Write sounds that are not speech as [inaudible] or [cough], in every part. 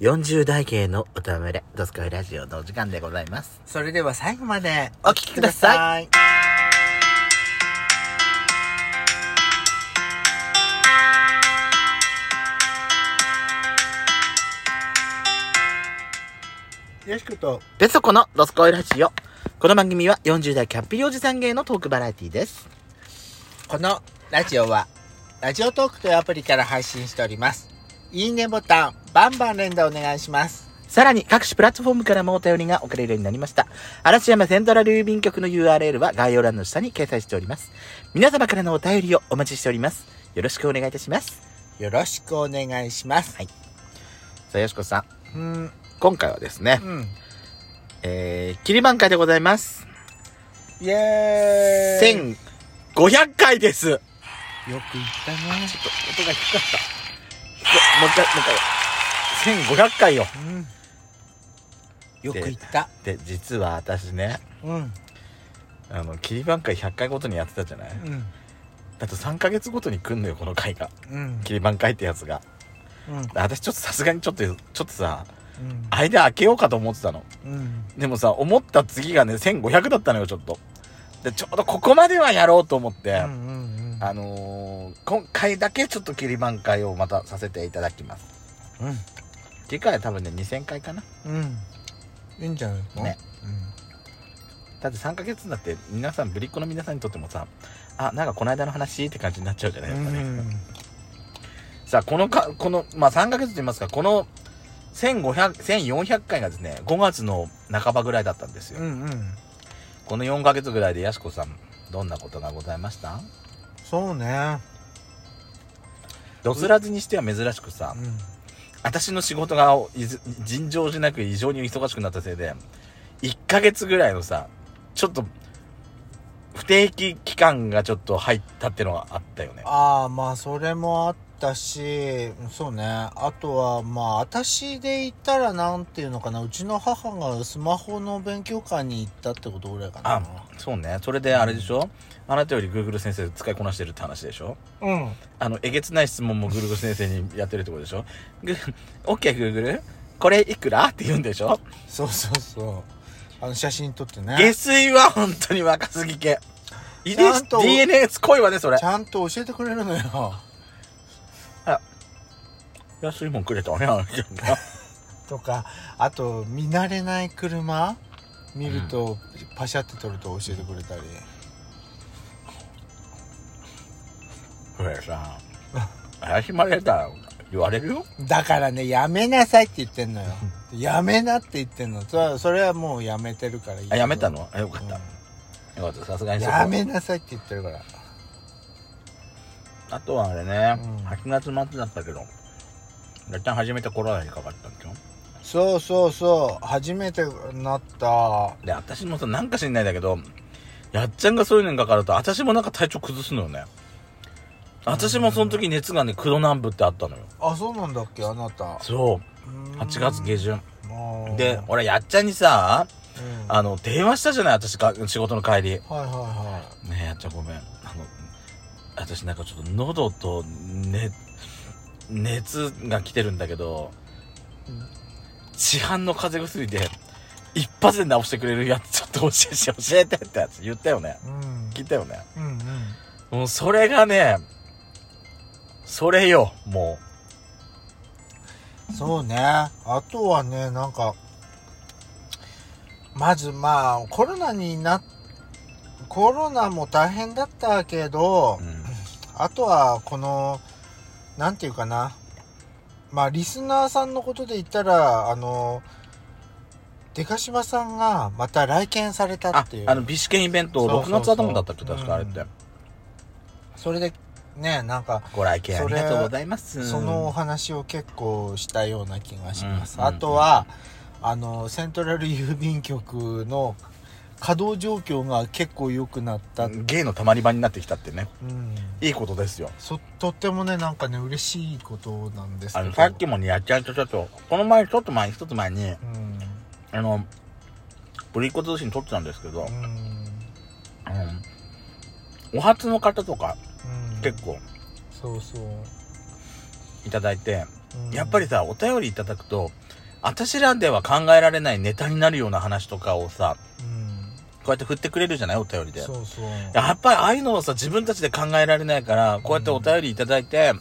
40代芸のおたまれ、ドスコイラジオのお時間でございます。それでは最後までお聞きください。よしこと、でそこのドスコイラジオ。この番組は40代キャッピーおじさん芸のトークバラエティです。このラジオは、ラジオトークというアプリから配信しております。いいねボタン、バンバン連打お願いします。さらに各種プラットフォームからもお便りが送れるようになりました。嵐山セントラル郵便局の URL は概要欄の下に掲載しております。皆様からのお便りをお待ちしております。よろしくお願いいたします。よろしくお願いします。はい。さあ、よしこさん。うん、今回はですね、うん。えー、切り満開でございます。イエーイよ1500回です音く言ったね。が低かった。もう一回、もう一回。1500回よ。うん。よく言った。で、実は私ね、うん。あの、切り満開100回ごとにやってたじゃないうん。だと3ヶ月ごとに来んのよ、この回が。うん。切り満開ってやつが。うん。私ちょっとさすがにちょっと、ちょっとさ、間開けようかと思ってたの。うん。でもさ、思った次がね、1500だったのよ、ちょっと。で、ちょうどここまではやろうと思って、うん。うん。あのー、今回だけちょっと切り満開をまたさせていただきます。うん。次回は多分ね2000回かなうん。いいんじゃないですかね。だって3ヶ月になって皆さんぶりっ子の皆さんにとってもさあなんかこの間の話って感じになっちゃうじゃなういですかね、ん。さあこのかこのまあ3ヶ月と言いますかこの1500 1400回がですね5月の半ばぐらいだったんですよ、うん。うん。この4ヶ月ぐらいでやしこさんどんなことがございましたそうね。どつらずにしては珍しくさ、うん。私の仕事がいず尋常じゃなく異常に忙しくなったせいで1ヶ月ぐらいのさちょっと不定期期間がちょっと入ったってのがあったよねああ、まあ、それもあったし、そうね。あとは、まあ、私で言ったら、なんていうのかな。うちの母がスマホの勉強会に行ったってことぐらいかな。あそうねそれであれでしょあなたより Google 先生使いこなしてるって話でしょうん。あのえげつない質問も Google 先生にやってるってことでしょグ OKGoogle これいくらって言うんでしょそうそうそう。あの、写真撮ってね。下水は本当に若すぎ系遺伝ちゃんと DNA すごいわねそれちゃんと教えてくれるのよ。 [laughs] 安いもんくれたわねあの人がとかあと見慣れない車見ると、パシャって撮ると教えてくれたりこれさ怪しまれたら言われるよだからねやめなさいって言ってんのよやめなって言ってんのそれはそれはもうやめてるからいいけどあやめたのあよかった、うよかったさすがんにそこやめなさいって言ってるからあとはあれね、うん8月末だったけど一旦始めたコロナにかかったんでしょそうそうそう初めてなったで私もさなんか知んないんだけどやっちゃんがそういうのにかかると私もなんか体調崩すのよね私もその時熱がね黒南部ってあったのよあそうなんだっけあなたそう8月下旬旬で俺やっちゃんにさうん、はいあの電話したじゃない私か仕事の帰りはいはねえやっちゃんごめんあの私なんかちょっと喉と、ね、熱が来てるんだけどい市販の風邪薬で一発で治してくれるやつちょっと教えて教えてってやつ言ったよねうん聞いたよねうんうんもうそれがねそれよもそうね。あとはね、なんか、まずまあ、コロナにな、コロナも大変だったけどう、、あとはこの、なんていうかな。まあ、リスナーさんのことで言ったら、あの、デカシマさんがまた来県されたあっていう。あの美試験イベントそうそう6そう月頭だったっけ確かあれって、うんそれで、ね、なんか、ご来県ありがとうございますそのお話を結構したような気がします、うんあとはあのセントラル郵便局の稼働状況が結構良くなった、うん芸のたまり場になってきたってねいいことですよそとってもねなんかね嬉しいことなんですけあどのさっきもねやっちゃんとちょっとこの前ちょっと前一つ前にうん、あのブリッコ通信撮ってたんですけど、うんあのお初の方とかうん結構そうそう、いただいて、うんやっぱりさ、お便りいただくと、私らでは考えられないネタになるような話とかをさ、うんこうやって振ってくれるじゃないお便りで。そうそうやっぱりああいうのをさ、自分たちで考えられないから、こうやってお便りいただいて、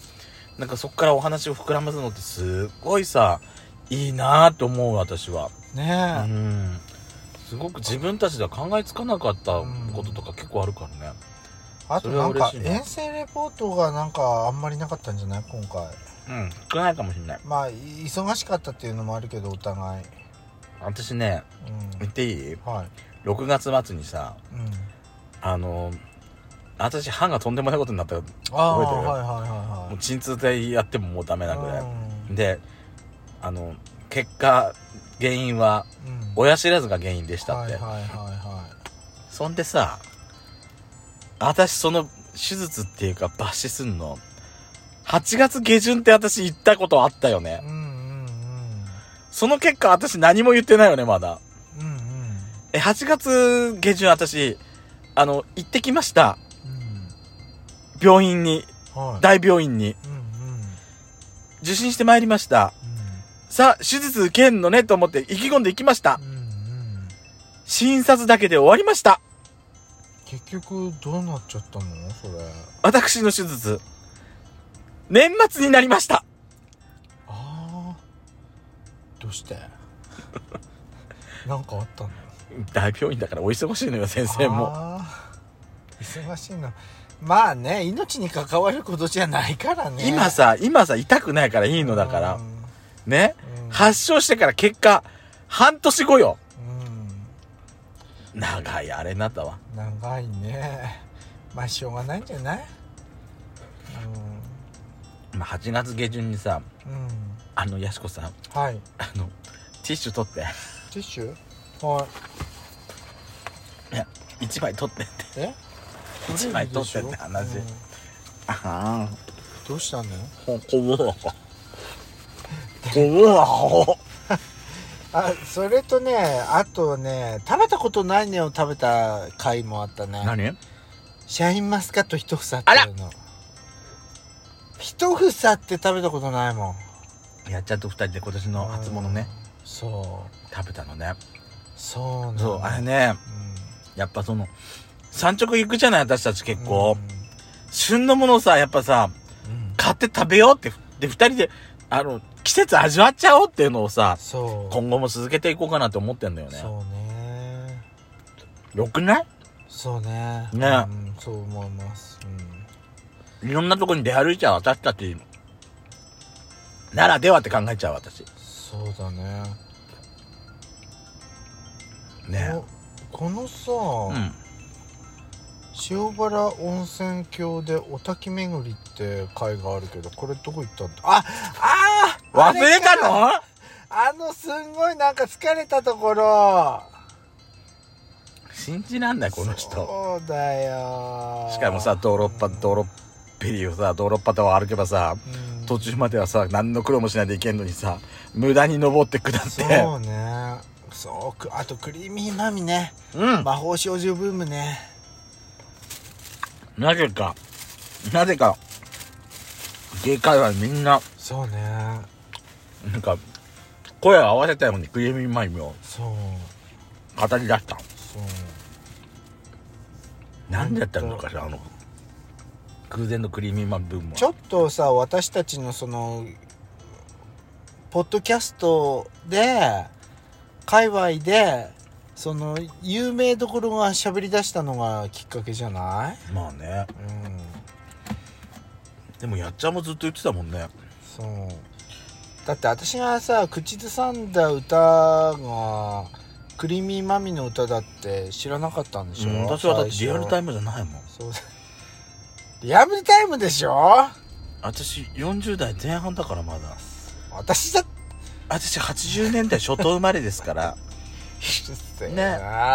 なんかそこからお話を膨らますのってすごいさ、いいなぁと思う私は。うねえ、ん。すごく自分たちでは考えつかなかったこととか結構あるからね。あとなんかそれは嬉しいな遠征レポートがなんかあんまりなかったんじゃない今回うん。少ないかもしんない。まあい忙しかったっていうのもあるけどお互い、私ね、う言っていいん、はい、 ?6 月末にさ、うん、あの、私歯がとんでもないことになったああ覚えてるはいはいはいもはうい鎮痛剤やってももうダメなぐらい。うで、あの、結果、原因は、んうん親知らずが原因でしたって。はいはいはいはそんでさ、私その手術っていうか抜歯すんの、8月下旬って私行ったことあったよねい。うんうんその結果私何も言ってないよね、まだ。うんうんうんえ、8月下旬私、あの、行ってきました。うん病院に、はい大病院に。うんうん受診してまいりました。さあ、手術受けんのねと思って意気込んで行きましたう。んうん診察だけで終わりました。結局どうなっちゃったのそれ私の手術。年末になりました。ああどうして [laughs] なんかあったの大病院だからお忙しいのよ、先生も。あー忙しいのまあね命に関わることじゃないからね今さ、今さ、痛くないからいいのだかうら。んねうん発症してから結果、半年後よ。うん長いあれになったわ。長いねまあしょうがないんじゃないまあ、8月下旬にさ、うん、うん、あの、やしこさん、はいあの、ティッシュ取って、 [laughs] ティッシュはい一枚取ってって、え一枚取ってって話うん。ああ、どうしたのほ、こぼろこ。こぼろこ。あそれとねあとね食べたことないねを食べた回もあったね何シャインマスカット一房っていうの一房って食べたことないもんやっちゃんと二人で今年の初物ね、うんそう食べたのね。そうなのそう、あれね、うんやっぱその、産直行くじゃない私たち結構。旬のものをさ、やっぱさ、うんうん買って食べようって、で、二人で、あの、季節味わっちゃおうっていうのをさ、そう今後も続けていこうかなって思ってんだよね。そうねよくないそうねねうん、そう思います、うんいろんなとこに出歩いちゃう私たち、ならではって考えちゃう私。そうだねね。このさ、うん。塩原温泉郷でお滝巡りって会があるけどこれどこ行ったんだああー忘あれたかのあのすんごいなんか疲れたところ信じらんない、この人。そうだよしかもさ、道路っぱ、道路っぺりをさ、道路っ端を歩けばさ、うん途中まではさ、何の苦労もしないで行けんのにさ、無駄に登って下って。そうねそうくあとクリーミーマミねうん。魔法少女ブームねなぜか、なぜか、芸界はみんな、そうねなんか、声を合わせたようにクリーミーマイムをそう語り出した。そうなんでやったのかしら、あの、空前のクリーミーマイムブームはちょっとさ私たちのそのポッドキャストで界隈でその有名どころが喋り出したのがきっかけじゃないまあね。うんでもやっちゃんもずっと言ってたもんね。そうだって私がさ口ずさんだ歌がクリーミーマミの歌だって知らなかったんでしょ、うん私はだってリアルタイムムじゃないもん。そうだリアルタイムでしょ私40代前半だからまだ。私だっ私80年代初頭生まれですから。てねね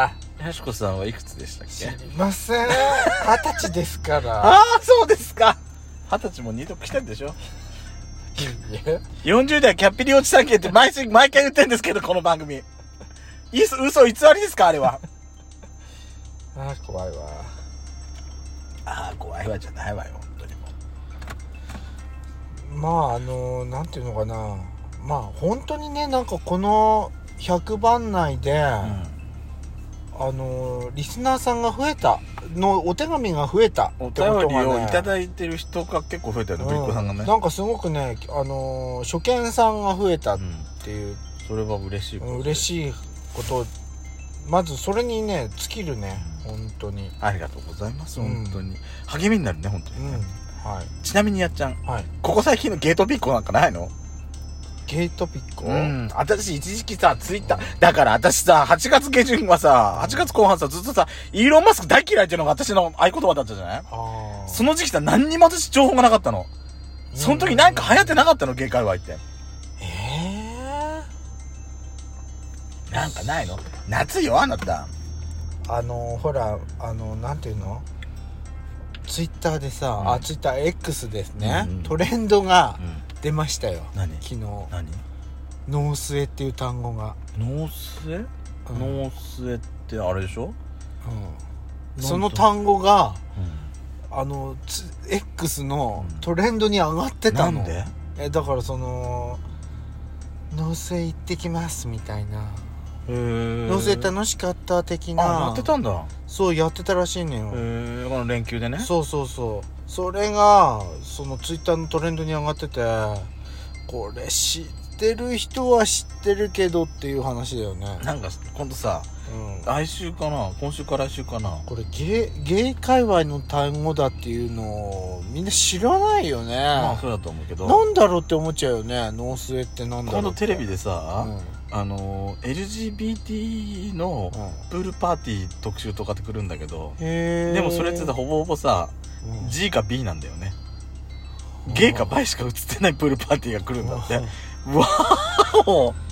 [laughs] やしこさんはいくつでしたっ知けりません二十歳ですからああ、そうですか。二十歳も二度来てんでしょいや40代キャッピリオチさんけって毎週、毎回言ってんですけど、この番組。いっそ嘘偽りですかあれは。あー怖いわああ、怖いわじゃないわよ、本当にもう。まああのなんていうのかなまあ本当にねなんかこの100番内で、あのリスナーさんが増えたのお手紙が増えたおってこと便がりねをいただいてる人が結構増えたよね、ぶりっ子さんがうねん、なんかすごくねあの初見さんが増えたっうん、ていう、それは嬉しいこと嬉いしいことまずそれにね尽きるね本当にありがとうございますうん本当に、励みになるね本当うにんね、はいちなみにやっちゃんはいここ最近のゲートピッコなんかないのゲートピックをうん私一時期さツイッターだから私さ8月下旬はさ8月後半さずっとさイーロン・マスク大嫌いっていうのが私の合言葉だったじゃないあーその時期さ何にも私情報がなかったのその時なんか流行ってなかったの芸界隈ってええなんかないの夏よあなたあのほらあのなんていうのツイッターでさ、うんあツイッター X ですね、うんうんトレンドがうん出ましたよ何昨日ノ何ースエっていう単語が、ノースエうんノースエってあれでしょうんその単語がうんあのつ X のうんトレンドに上がってたなの、んでえだからその「ノースエ行ってきます」みたいな「ノースエ楽しかった」的なあやってたんだそうやってたらしいのよ、へえこの連休でねそうそうそうそれがそのツイッターのトレンドに上がっててこれ知ってる人は知ってるけどっていう話だよね、なんか今度さうん、来週かな今週か来週かなこれゲイゲイ界隈の単語だっていうのをみんな知らないよねまあそうだと思うけどなんだろうって思っちゃうよねノースウェってなんだろ今う度テレビででさ、あのー LGBT のプールパーティー特集とかってくるんだけどへえでもそれってさほぼほぼさ G か B なんだよねゲイかバイしか映ってないプールパーティーが来るんだってわーお